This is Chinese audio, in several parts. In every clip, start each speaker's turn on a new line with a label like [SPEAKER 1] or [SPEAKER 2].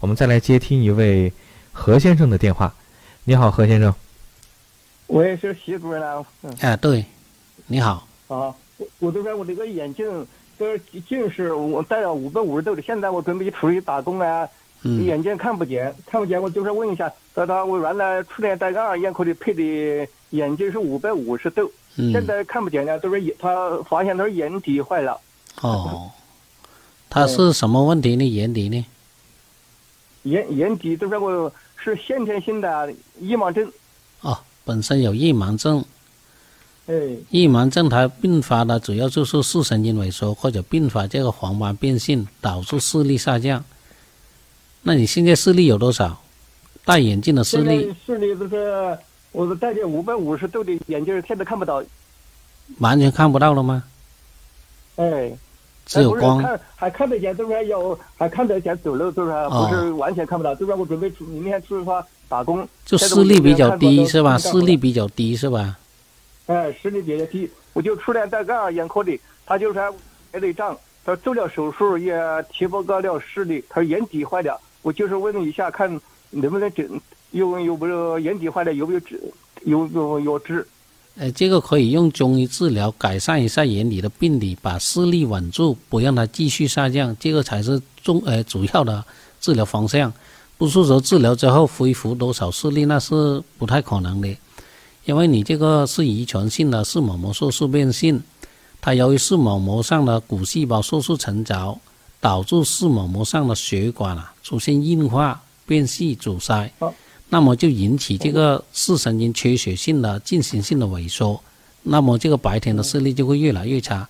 [SPEAKER 1] 我们再来接听一位何先生的电话。你好，何先生。
[SPEAKER 2] 喂，是徐主任啊。嗯，
[SPEAKER 3] 啊，对，你好，
[SPEAKER 2] 啊，我我这边我这个眼镜就是近视，我戴了五百五十度的，现在我准备出去打工了、
[SPEAKER 3] 嗯
[SPEAKER 2] 眼镜看不见，看不见，我就是问一下，他他我原来出来戴个二眼科的配的眼镜是五百五十度，现
[SPEAKER 3] 嗯，
[SPEAKER 2] 在看不见了，都是眼他发现都是眼底坏了，
[SPEAKER 3] 哦，他是什么问题呢？眼底呢？
[SPEAKER 2] 眼眼底都是我是先天性的夜盲症，
[SPEAKER 3] 哦，本身有夜盲症，
[SPEAKER 2] 哎，
[SPEAKER 3] 夜盲症它并发的主要就是视神经萎缩或者并发这个黄斑变性，导致视力下降。那你现在视力有多少？戴眼镜的视
[SPEAKER 2] 现在
[SPEAKER 3] 力
[SPEAKER 2] 视力就是我戴着五百五十度的眼镜，现在看不到，
[SPEAKER 3] 完全看不到了吗？
[SPEAKER 2] 哎。
[SPEAKER 3] 只有
[SPEAKER 2] 哎
[SPEAKER 3] 光
[SPEAKER 2] 不是看还看得见，就是说有还看得见走路，就是说
[SPEAKER 3] 哦
[SPEAKER 2] 不是完全看不到。就是说我准备出明天出去发打工，
[SPEAKER 3] 就
[SPEAKER 2] 现在
[SPEAKER 3] 视
[SPEAKER 2] 我
[SPEAKER 3] 力
[SPEAKER 2] 就
[SPEAKER 3] 比较
[SPEAKER 2] 看不到
[SPEAKER 3] 低是吧？
[SPEAKER 2] 看
[SPEAKER 3] 视
[SPEAKER 2] 不到
[SPEAKER 3] 力比较低是吧？
[SPEAKER 2] 哎，视力比较低，我就出来戴个二眼科的，他就是说白内障，他做了手术也提不高了视力，他说眼底坏了，我就是问一下看能不能整，有有没有眼底坏了有没有治，有有有治。
[SPEAKER 3] 呃，这个可以用中医治疗改善一下眼底的病理，把视力稳住，不让它继续下降，这个才是重呃主要的治疗方向。不是说治疗之后恢复多少视力，那是不太可能的，因为你这个是遗传性的视网膜色素变性，它由于视网膜上的骨细胞色素沉着，导致视网膜上的血管啊出现硬化、变细、阻塞。那么就引起这个视神经缺血性的进行性的萎缩，那么这个白天的视力就会越来越差。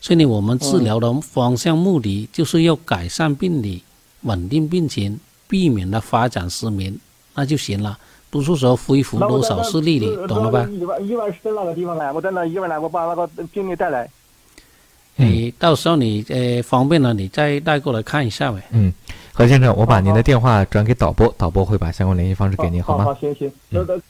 [SPEAKER 3] 所以呢，我们治疗的方向目的就是要改善病理，稳定病情，避免它发展失明，那就行了。不是说恢复
[SPEAKER 2] 那我
[SPEAKER 3] 多
[SPEAKER 2] 在
[SPEAKER 3] 少
[SPEAKER 2] 那
[SPEAKER 3] 视力的，懂了吧？
[SPEAKER 2] 一万一万是在那个地方来，我在那一万来，我把那个病历带来。
[SPEAKER 3] 你到时候你呃方便了，你再带过来看一下呗。
[SPEAKER 1] 嗯，何先生，我把您
[SPEAKER 2] 好
[SPEAKER 1] 的
[SPEAKER 2] 好
[SPEAKER 1] 电话转给导播，导播会把相关联系方式给您，
[SPEAKER 2] 好
[SPEAKER 1] 吗？嗯
[SPEAKER 2] 好，行行，那那